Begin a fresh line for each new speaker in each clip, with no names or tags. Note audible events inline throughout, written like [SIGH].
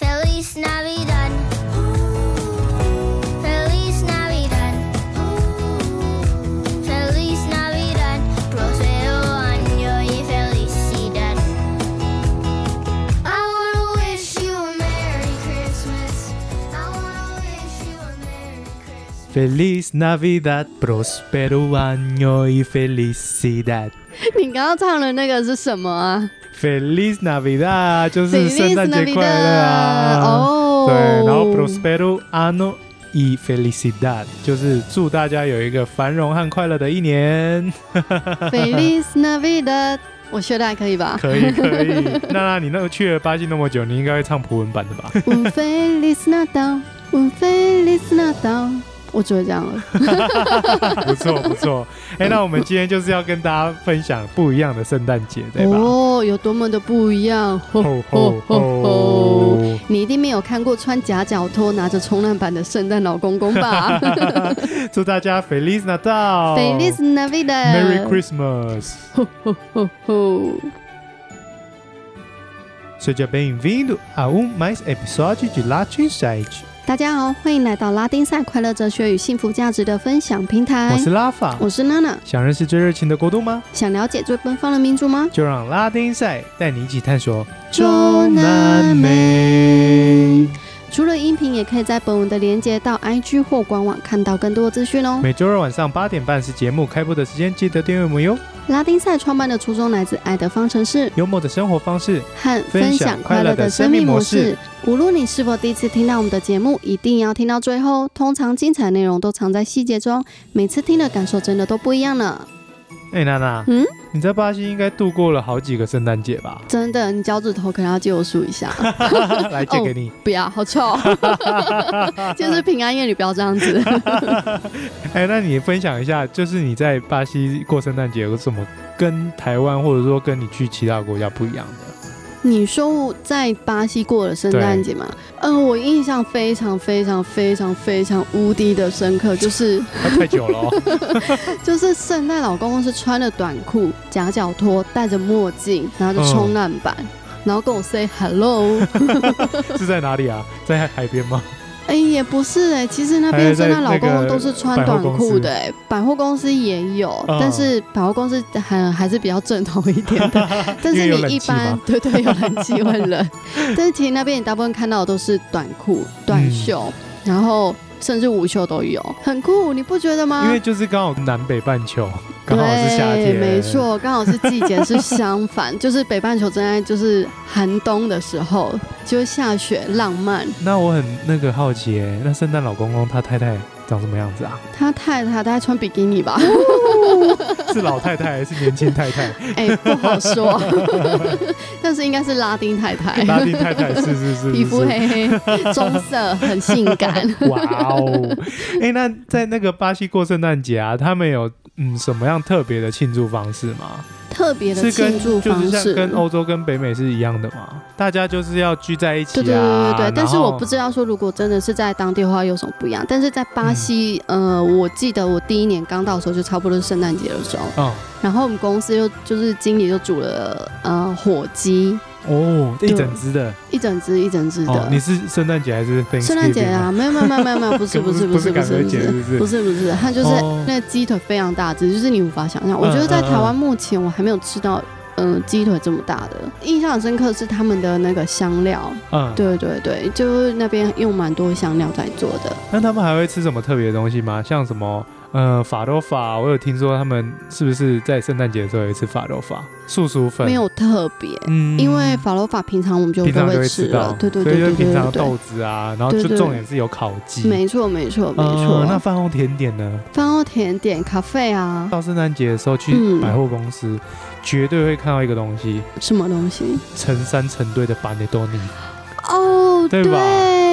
Feliz Navidad. Feliz Navidad. Feliz Navidad. Prospero año y felicidad. I wanna wish you a Merry Christmas. I wanna wish you a Merry Christmas.
Feliz Navidad, prospero año y felicidad。
[LAUGHS] 你刚刚唱的那个是什么啊？
Feliz Navidad，就是圣
Feliz
诞节快乐啊！
Navidad，哦
对，然后 Prospero Ano y Felicidad，就是祝大家有一个繁荣和快乐的一
[LAUGHS]
年。 [LAUGHS]
Feliz Navidad，我学的还可以吧？
可以，可以。娜娜，你那个去了巴西那么久，你应该会唱葡文版的
[LAUGHS]
吧？
Un 嗯 Feliz Natal, Un Feliz Natal，我只会这样了。
不错，不错。哎，那我们今天就是要跟大家分享不一样的圣诞节，对吧？
哦，有多么的不一样！
[LAUGHS] 吼
吼吼
吼
吼吼！
吼！
你一定没有看过穿夹脚拖、拿着冲浪板的圣诞老公公
[LAUGHS]
吧 [LAUGHS]
祝大家 Feliz Natal。
？Feliz
哦 Merry
Navidad，哦
Christmas。
吼吼！
Seja bem-vindo a um mais episódio de Latin Site。
大家好，欢迎来到拉丁赛快乐哲学与幸福价值的分享平台
我。是拉法。
我是娜娜，
想认识最热情的国度吗？
想了解最奔放的民族吗？
就让拉丁赛带你一起探索
嗯中南
美。
除了音频，也可以在本文的连接到 IG 或官网看到更多资讯哦。
每周日晚上八点半是节目开播的时间，记得订阅我们哟。
拉丁赛创办的初衷来自爱的方程式
幽默的生活方式，
和分享快乐的生命模式。无论你是否第一次听到我们的节目，一定要听到最后。通常精彩内容都藏在细节中，每次听的感受真的都不一样呢。
哎、娜娜，
嗯，？
你在巴西应该度过了好几个圣诞节吧
[LAUGHS] 真的，你脚趾头可能要借我数一 [LAUGHS] 下，
来借给你。
不要，好臭。 [LAUGHS] 就是平安夜，你不要这样子。
哎、那你分享一下，就是你在巴西过圣诞节有什么跟台湾或者说跟你去其他国家不一样的？
你说我在巴西过了圣诞节吗？嗯、我印象非常非常非常非常无敌的深刻，就是
啊太久了、哦，
就是圣诞老公公是穿着短裤、夹脚拖、戴着墨镜，然后就冲浪板。然后跟我 say hello，
是在哪里啊？在海边吗？
哎、也不是哎、其实那
还
边
在
圣诞老公
那
公
个
都是穿短裤的哎、百货公司也有，
嗯
但是百货公司还还是比较正统一点的，
[LAUGHS]
但
因为
是
有
你
冷
一
气
般
嘛
对对有冷气会冷， [LAUGHS] 但是其实那边你大部分看到的都是短裤、
嗯
短袖，然后甚至无袖都有，很酷，你不觉得吗？
因为就是刚好南北半球，刚好是夏
对，
天，
没。错，刚好是季节是相反， [LAUGHS] 就是北半球正在就是寒冬的时候，就会下雪浪漫。
那我很那个好奇耶，那圣诞老公公他太太长什么样子啊？
他太太大概穿比基尼吧，
是老太太还是年轻太太？
[LAUGHS] 哎、不好说， [LAUGHS] 但是应该是拉丁太太，
拉丁太太是是是是是
[LAUGHS] 皮肤。黑黑，棕色，很性感。
哇哦！哎，那在那个巴西过圣诞节啊，他们有嗯什么样特别的庆祝方式吗？
特别的
是
庆
跟
祝
就
方
是像
式。
跟欧洲跟北美是一样的吗？大家就是要聚在一起
对
啊。
对对对对，但是
然后
我不知道说如果真的是在当地的话有什么不一样，但是在巴西，
嗯
呃，我记得我第一年刚到的时候就差不多是圣诞节的时候，
嗯
然后我们公司又就是经理就煮了呃火鸡，
哦一
对
整只的
一整只一整只的。
哦，你是圣诞节还是 Thanksgiving
圣诞节啊，没有没有没有没有没有，
[LAUGHS]
不是
不
不
是
是
不
不
是
是
感
不
恩
是不
节，是
是
不是
不？是不是，它就是
哦
那个鸡腿非常大只，就是你无法想象。我
嗯
觉得在台
嗯
湾目前我还没有吃到。嗯，鸡腿这么大的，印象很深刻是他们的那个香料，
嗯，
对对对，就是那边用蛮多香料在做的。
嗯那他们还会吃什么特别的东西吗？像什么呃法多法，我有听说他们是不是在圣诞节的时候也吃法多法素薯粉？
没，有特别，
嗯
因为法罗法平常我们就
平
都
常就
会
会
吃
吃到
了，，对对
所
对
以就
对
是
对
平
对
常
对
豆子啊，然后就
对对
重点是有烤鸡，
没错没错没
呃
错。
那哦饭后甜点呢？
饭后甜点咖啡啊，
到圣诞节的时候去
嗯
百货公司，绝对会看到一个东西，
什么东西？
成山成堆的板栗多尼。
哦，
对吧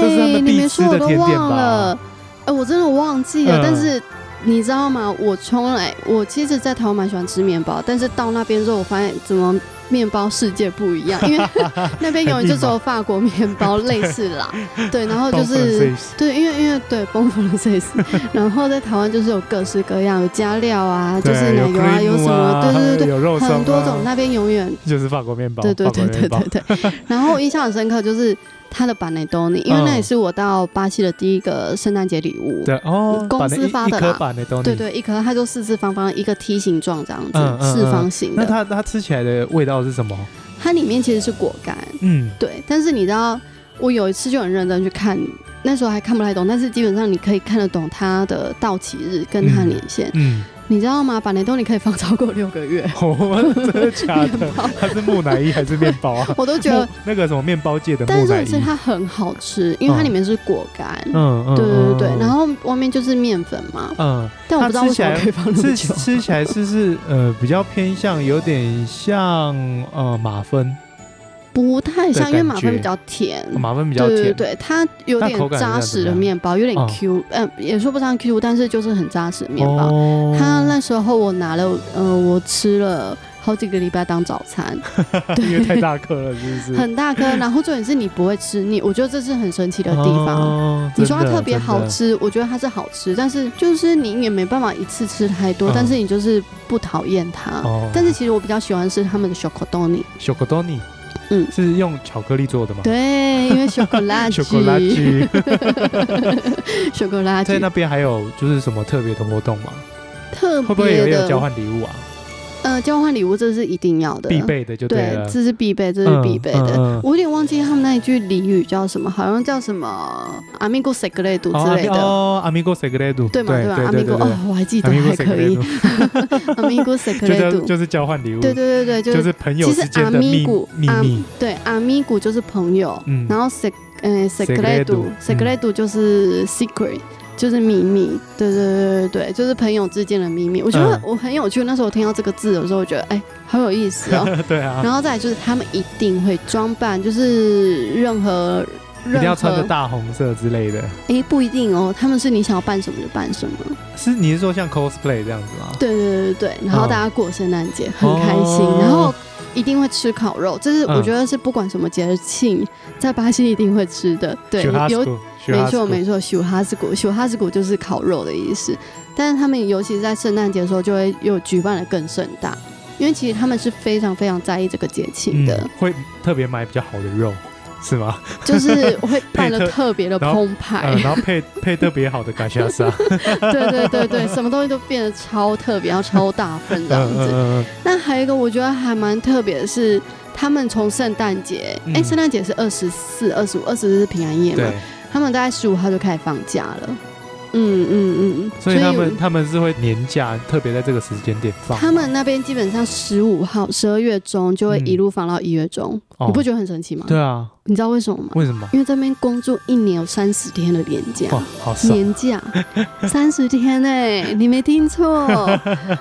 这是他们
你
必
没
吃
说
的
我都
甜点吧
忘了，哎，我真的忘记
嗯
了，但是。你知道吗？我从来我其实，在台湾蛮喜欢吃面包，但是到那边之后，我发现怎么面包世界不一样，
[LAUGHS]
因为那边永远就只有法国面包类似啦，对，然后哦
[LAUGHS]
就是
Francais
对，因为因为对崩粉的 size，然 [LAUGHS] 后在台湾就是有各式各样，有加料啊，就
对
是奶
有 cream
油啊，有什么，对对对对，
有肉松啊
很多种，那边永远。
就是法国面包，
对对
法国
对对
面包 [LAUGHS]
对对，然后我印象很深刻，就是它的板内多尼，因为
嗯
那也是我到巴西的第一个圣诞节礼物。
对哦，
公
把
司
那一
发
一
的
颗
啦
板的东西，
对对，一颗它就四四方方一个梯形状这样子，
嗯嗯嗯
四方形
那
的。
它它吃起来的味道是什么？
它里面其实是果干，
嗯，
对。但是你知道，我有一次就很认真去看，那时候还看不太懂，但是基本上你可以看得懂它的到期日跟它年限。
嗯，
你知道吗？板内豆你可以放超过六个月。
[LAUGHS] 哦，真的假的？它是木乃伊还是面包
[LAUGHS]
啊？
我都觉
木
得，
那个什么面包界的
但
木
是
乃
重点
伊，
是它很好吃，因为它里面是果干。
嗯嗯，
对对对对，然
后
后外面就是面粉嘛， [LAUGHS]
嗯，
但我不知道为什么
它吃起来
可以放那么
吃
久。
吃起来是是呃比较偏向有点像呃马芬，
不太像，
的感
因为马芬
觉哦
比较甜。
马芬比较
嗯对
甜，
对对，它有
那口感
点
是
扎实
怎
的
么样
面包，有点
嗯
Q，嗯、也说不上 Q，但是就是很扎实的面包。
哦，
它那时候我拿了，呃，我吃了好几个礼拜当早
[LAUGHS]
餐，
因为太大颗了，是不是？
[LAUGHS] 很大颗。然后重点是你不会吃腻，我觉得这是很神奇的地方。
哦
你说它
真的
特别
真的
好吃，我觉得它是好吃，但是就是你也没办法一次吃太多，
嗯
但是你就是不讨厌它。
哦
但是其实我比较喜欢是他们的 c h o c o d o n i
小可多尼，
嗯
是用巧克力做的吗？ [LAUGHS]
对，因为 c h o c o l a t
巧克力。
c h o c o l
[LAUGHS]
a
在
t
那边还有就是什么特别的活动吗？
特别的，
会不会也有交换礼物啊？
呃，交换礼物这是一定要的，
必备的就
对
了，。
这是必备，这是必备的。
嗯嗯嗯
我有点忘记他们那一句俚语叫什么，好像叫什么“阿米古塞格雷杜”
哦
之类的，
哦，Amigo Secreto，
对嘛？
对
吧？阿米古，哦，我还记得，
，Amigo
还可以
Secreto，
阿米古塞格
[LAUGHS] 就
雷
叫
杜。
就是交换礼物，
对对对对，就
就是是朋友
其实
之间
阿
的秘
米古
秘
阿
密，
对阿米古就是朋友，
嗯
然后塞呃塞格雷杜
secreto，嗯
塞格雷杜就是 secret。就是秘密，对对对对对，就是朋友之间的秘密。我觉得
嗯
我很有趣，那时候我听到这个字的时候，我觉得哎、好有意
[LAUGHS]
思哦。
对啊，
然后再来就是他们一定会装扮，就是任何
一定要
任
穿着
何
大红色之类的。
哎不一定哦，他们是你想要扮什么就扮什么。
是你是说像 cosplay 这样子吗？
对对对对对，然后
哦
大家过圣诞节很开心，
哦
然后一定会吃烤肉，这是
嗯
我觉得是不管什么节庆，在巴西一定会吃的。对，
雪哈斯
有
谷，雪
没
哈斯
错
谷
没错，修哈斯谷，修哈斯谷就是烤肉的意思。但是他们尤其是在圣诞节的时候，就会有举办的更盛大，因为其实他们是非常非常在意这个节庆的。
嗯，会特别买比较好的肉是吗？
就是
[LAUGHS]
会
配
办的
特
特别的
然后
澎湃
嗯，，然后配 [LAUGHS] 配特别好的感谢是啊，
对对对对，什么东西都变得超特别，要超大份这样
嗯
子。
嗯嗯
那还有一个我觉得还蛮特别的是，他们从圣诞节，
嗯
哎，圣诞节是二十四、二十五、二十是平安夜
嗯，
嘛
对，，
他们大概十五号就开始放假了。嗯嗯嗯，
所以他们他们是会年假特别在这个时间点放吗，
他们那边基本上十五号、十二月中就会
嗯
一路放到一月中，
哦
你不觉得很神奇吗？
对啊，
你知道为什么吗？
为什么？
因为这边工作一年有三十天的年假。
哇，好爽！
年假三十天哎、
[LAUGHS]
你没听错，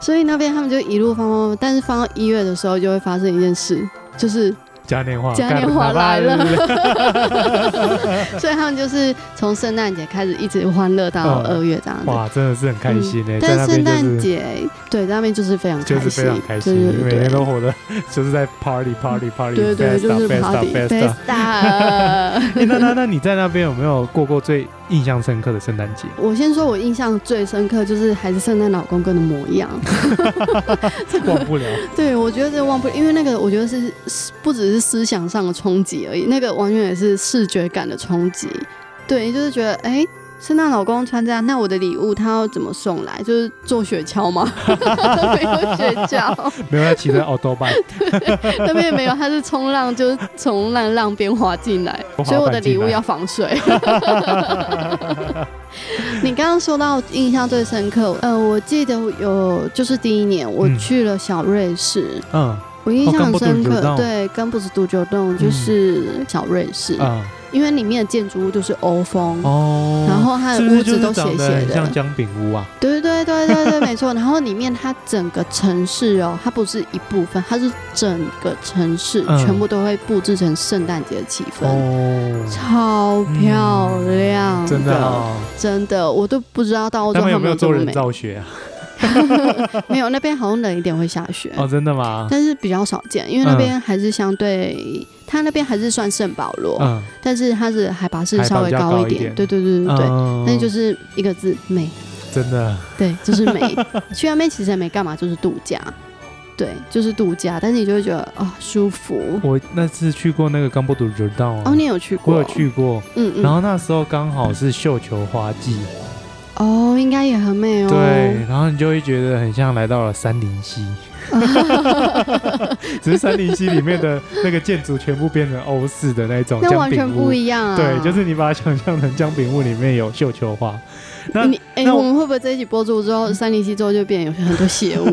所以那边他们就一路放放放，但是放到一月的时候就会发生一件事，就是
嘉年华，
嘉年华
干嘛
来 [LAUGHS] 了，所以他们就是从圣诞节开始一直欢乐到
嗯
二月这样
[LAUGHS]
子。
哇，真的是很开心呢，
嗯
在
但
那
是
边
圣
就
诞
是
节对在那边就是非常开
就
心，
是非常开心，每
对
天
对
都活的就是在 party party party，
对对对，就是 party
festa festa。 [LAUGHS]
festa。
诶那那那你在那边有没有过过最印象深刻的圣诞
[LAUGHS]
节？
我先说，我印象最深刻就是还是圣诞老公公的模样，
忘不了，
对，我觉得这个忘不了，因为那个我觉得是是不只是思想上的冲击而已，那个完全也是视觉感的冲击。对，就是觉得哎。圣诞老公穿这样，那我的礼物他要怎么送来？就是坐雪橇吗？ [LAUGHS] 没有雪�o，
没有他
[LAUGHS]
骑着奥多拜， [LAUGHS]
那边也没有，他是冲浪，就是从浪浪边滑进
[LAUGHS]
来，所以我的礼物要防水。 [LAUGHS] 你刚刚说到印象最深刻，呃，我记得有就是第一年我
嗯
去了小瑞士，
嗯
我印象很
哦
深
冈
刻，
布杜九洞
对，冈布斯杜九洞就是小瑞士，
嗯
因为里面的建筑物就是欧风，
哦，
然后它
是
的
不
哎
是
屋
就
子
是
都斜
长得
斜
很像
的，
姜饼屋啊？
对对对对对，没错。然后里面它整个城市哦，它不是一部分，它是整个城市、
嗯
全部都会布置成圣诞节的气氛。
哦，
超漂亮、
真的哦，
真的，我都不知道到欧
他
洲
们有
有
没有
这
做
么
人
美。
造雪啊？
没有，那边好像冷一点会下雪。
哦，真的吗？
但是比较少见，因为那边还是相对，它那边还是算圣保罗，
嗯，
但是它是海拔是
海拔
稍微
比较
高
高
一
一
点，
点
对对对对对，
嗯
那就是一个字美，
真的
对，就是美。去那边其实也没干嘛，就是度假，对，就是度假，但是你就会觉得啊、舒服。
我那次去过那个冈波杜柔道啊
哦，你有去过？
我有，去过，
嗯嗯。
然后那时候刚好是绣球花季，
哦，应该也很美哦。
对，，然后你就会觉得很像来到了山林
[LAUGHS]
溪，只是山林溪里面的那个建筑全部变成欧式的那种
那
姜
完全
饼
不
屋。
一样啊。
对，就是你把它想象成姜饼屋里面有绣球花，那
你哎、
那我
我们会不会在一起播出之后，三零七之后就变有很多邪
[LAUGHS]
物？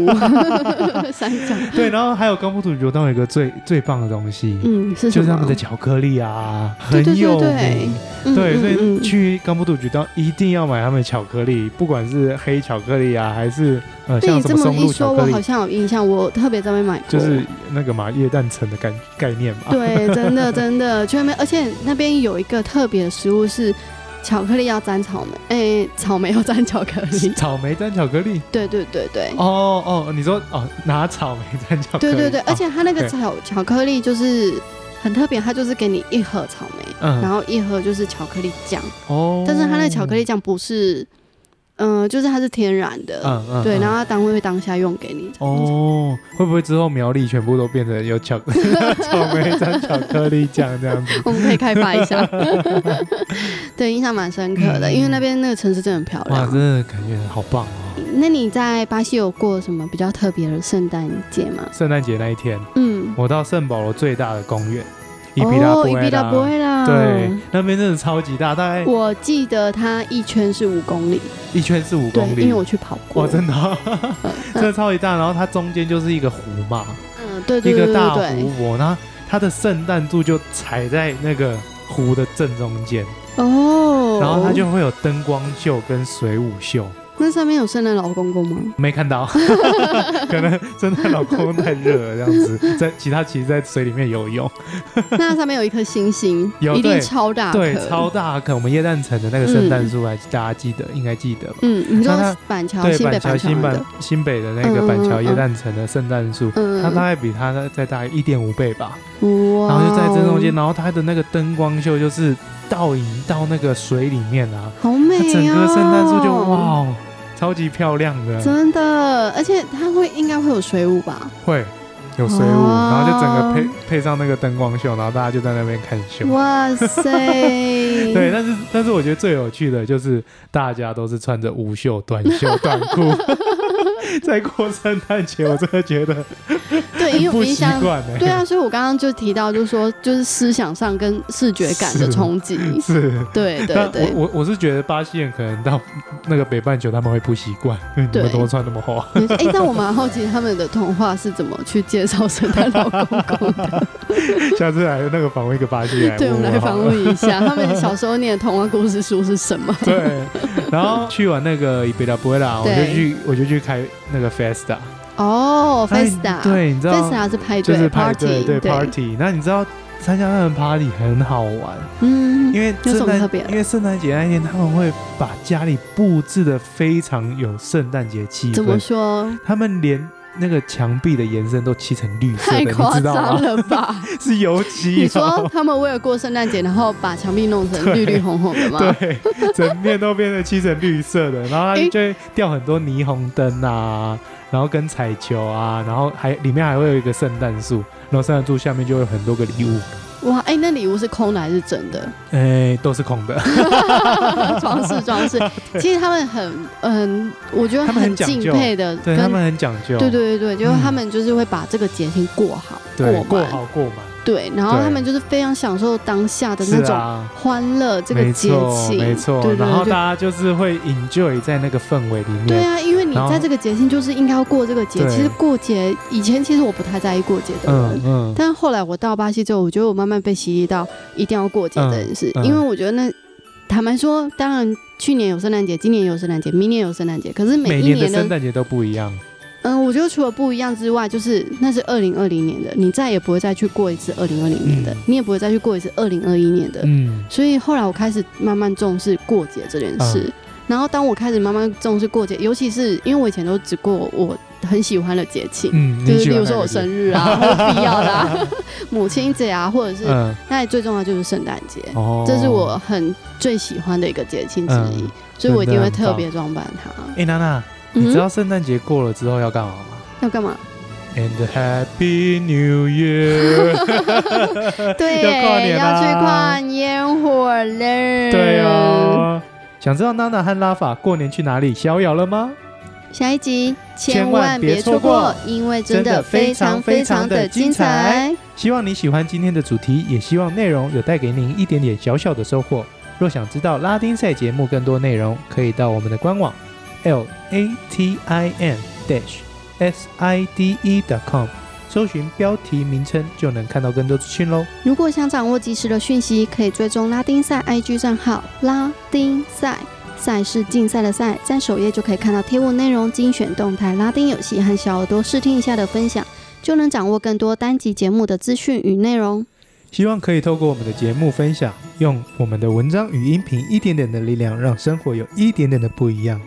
三角， [LAUGHS]
对，然后还有冈本土流动有一个最最棒的东西，
嗯，是
就
什
是他们
么
的？巧克力啊，
[LAUGHS] 对
很
对
有
对对
名。
嗯
对，所以
嗯嗯
去冈本土流动一定要买他们的巧克力，不管是黑巧克力啊，还是呃
被
像
你
什
这
么
么
松
一
露
说，
巧克
我好
力，
像有印象，我特别在外面买过。
就是那个嘛液氮层的概概念 [LAUGHS] 嘛。。
对，真的真的，去那边，而且那边有一个特别的食物是巧克力要沾草莓，哎、草莓要沾巧克力
[LAUGHS] 草莓蘸巧克力，
[LAUGHS] 对对对对。
哦哦，你说哦，拿草莓蘸巧克
对
力，
对对，而且它那个
对
巧巧克力就是很特别，它就是给你一盒草莓，
嗯
然后一盒就是巧克力酱，
哦，
但是它那个巧克力酱不是，嗯、就是它是天然的，
嗯，嗯嗯，
对，然后它单位会当下用给你。哦，
哦，会不会之后苗栗全部都变成有巧草莓蘸巧克力酱这样子？
[LAUGHS] 我们可以开发
[LAUGHS]
一下，对，印象蛮深刻的，
嗯
因为那边那个城市真的很漂
[LAUGHS] 哇，
亮
真。的感觉好棒哦！
那你在巴西有过什么比较特别的圣诞节吗？
圣诞节那一天，
嗯，
我到圣保罗最大的公园伊比拉
哦，
布
比
埃
拉
拉，
不会啦。
对，，那边真的超级大，大概
我记得它一圈是五公里，
一圈是五
对，
公
因
里
为。我去跑过。
哇，真的
[LAUGHS]
哦、真的超级大，然后它中间就是一个湖嘛，
嗯，对
一
对对
个
对
大
对
湖泊，然后它的圣诞树就踩在那个湖的正中间，
哦，
然后它就会有灯光秀跟水舞秀。
那上面有圣诞老公公
[LAUGHS]
吗？
没看
[LAUGHS]
到，可能真的老公太热了，这样子，在其他其实，在水里面游泳，
那上面有一颗星星，
有
一定
对
超大颗，
对，超大棵。我们叶蛋城的那个圣诞树，还大家记得，应该记得吧？
嗯，你
那
说
它
板桥
对，
新北
板
板
桥
桥
新
那
板
个，
新北的那个板桥
嗯嗯嗯
叶蛋城的圣诞树，
嗯，
它大概比它再大一点五倍吧，
哇，
然后就在正中间，，然后它的那个灯光秀就是倒影到那个水里面啊，
好美
它
哦，
整个圣诞树就哇，哦，超级漂亮的，
真的，而且它会应该会有水舞吧？
会。有水舞，
哦
然后就整个配配上那个灯光秀，然后大家就在那边看秀。
哇塞，
[LAUGHS] 对，
对，
但是但是我觉得最有趣的就是大家都是穿着无袖、短袖、短
[LAUGHS]
裤在过圣诞节，我真的觉得
因
很
为我
不
印
习
象。
惯哎、
对啊，所以我刚刚就提到，就是说，就是思想上跟视觉感的
是
冲击，
是。
对对
但
对，
我我我是觉得巴西人可能到那个北半球他们会不习惯，因为你
对
们怎么穿那么
[LAUGHS]
厚啊？
没错哎、但我蛮好奇他们的童话是怎么去介绍圣诞老公
[LAUGHS]
公的。
下次来那个访问一个巴西人，
对，我们来
好了
访。问一下，他们小时候念的童话故事书是什么？
对，然后去完那个伊比拉布拉，我就
对
去我就去开那个 Festa，
哦
哎
，Festa，
对，你知道
，Festa 是派
就
对
是派对
party，
对 party。那你知道参加他们 party 很好玩，
嗯，
因为
有
圣
什么
诞
特别的
因为圣诞节那一天他们会把家里布置的非常有圣诞节气
怎么
氛，
说？
他们连。那个墙壁的延伸都漆成绿色的，
太
你
夸
知道啊
张
吗？
了
[LAUGHS]
吧！
是油漆、
你说
哦。
他们为了过圣诞节，然后把墙壁弄成绿绿红红的吗？
[LAUGHS] 对，整面都变成漆成绿色的，然后它
诶
就会吊很多霓虹灯啊，然后跟彩球啊，然后还里面还会有一个圣诞树，然后圣诞树下面就有很多个礼物，
哇，哎、那礼物是空的还是真的？ [LAUGHS]
哎、都是空的。
装
[LAUGHS]
饰装饰。其实他们很嗯，我觉得
他们很讲
敬
究
佩的，
对
跟
他们很讲究，
对对对对，就是
嗯
他们就是会把这个节庆过好，
对，过
完，
好过满，
对，然后
对
他们就是非常享受当下的那
是
种
啊。
欢乐这个
没
节
错，
庆，
没错。
对对
然后
对
大
就。
家就是会 enjoy 在那个氛围里面。
对啊，因为你
然后
在这个节庆就是应该要过这个节。
对
其实过节以前其实我不太在意过节的人，
嗯嗯，
但后来我到巴西之后，我觉得我慢慢被洗礼到一定要过节这件事，
嗯嗯
因为我觉得那坦白说，当然去年有圣诞节，今年有圣诞节，明年有圣诞节，可是每
每
一
年
年
的
的
圣诞节都不一样。
嗯，我觉得除了不一样之外，就是那是二零二零年的，你再也不会再去过一次二零二零年的，
嗯
你也不会再去过一次二零二一年的。
嗯，
所以后来我开始慢慢重视过节这件事。
嗯
然后当我开始慢慢重视过节，尤其是因为我以前都只过我很喜欢的节庆，
嗯，
就
你
是
喜
比
欢
如说
哪
我
个节
生日
[LAUGHS]
啊，或者必要的、啊、母亲节啊，或者是、
嗯
那最重要就是圣诞节，
哦，
这是我很最喜欢的一个节庆之一，
嗯
所以我一定会
真的很
特
棒
别装扮它。嗯 [LAUGHS]
哎娜娜，你知道圣诞节过了之后要干嘛吗？
要干嘛？
And a Happy New
[LAUGHS]
Year！呃要跨年
对耶，要去
啦
看烟火嘞。
对，哦，想知道娜娜和拉法过年去哪里逍遥了吗？
下一集千
千万
万
别
别
错
错过
过，
因为
真
真
的
的
非
非
常
常
非
非
常
常
地
的
精
精
彩
彩。
希望你喜欢今天的主题，也希望内容有带给您一点点小小的收获。若想知道拉丁赛节目更多内容，可以到我们的官网 l a t i n dash s i d e dot com，搜寻标题名称就能看到更多资讯喽。
如果想掌握及时的讯息，可以追踪拉丁赛 IG 账号“拉丁赛”，赛是竞赛的赛，在首页就可以看到贴文内容、精选动态、拉丁游戏和小耳朵试听一下的分享，就能掌握更多单集节目的资讯与内容。
希望可以透过我们的节目分享，用我们的文章与音频一点点的力量，让生活有一点点的不一样。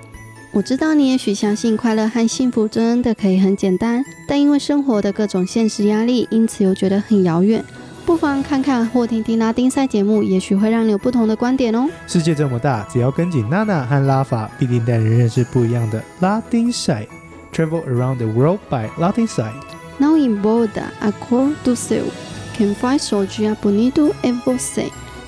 我知道你也许相信快乐和幸福真的可以很简单，但因为生活的各种现实压力，因此又觉得很遥远。不妨看看或听听拉丁赛节目，也许会让你有不同的观点哦。
世界这么大，只要跟紧娜娜和拉法，必定带人认识不一样的拉丁赛。Travel around the world by Latin side。
Não importa a cor do céu, quem faz o dia bonito é você。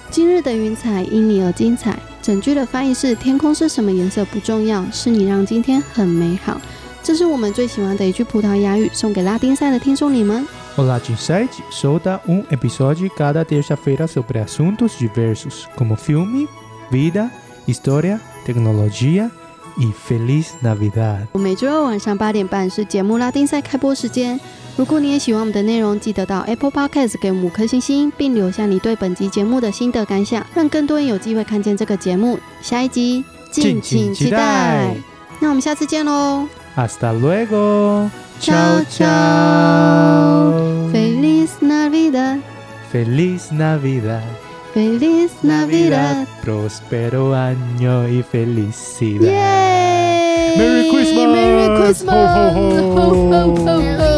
今日的云彩因你而精彩。整句的翻译是：天空是什么颜色不重要，是你让今天很美好。这是我们最喜欢的一句葡萄牙语，送给拉丁赛的听众你们。
Olá, Ginside. Solta um episódio cada terça-feira sobre assuntos diversos, como filme, vida, história, tecnologia e Feliz Navidad.
我每周二晚上八点半是节目拉丁赛开播时间。如果你也喜欢我们的内容，记得到 Apple Podcast 给我们五颗星星，并留下你对本集节目的心得感想，让更多人有机会看见这个节目。下一集敬请期待。那我们下次见喽
Hasta luego.
Chao,
chao.
！Feliz
Feliz
Navidad，Feliz
Navidad.
Navidad，
Prospero año y felicidad.
耶
Merry Christmas!
Merry Christmas！
Ho, ho, ho!
Merry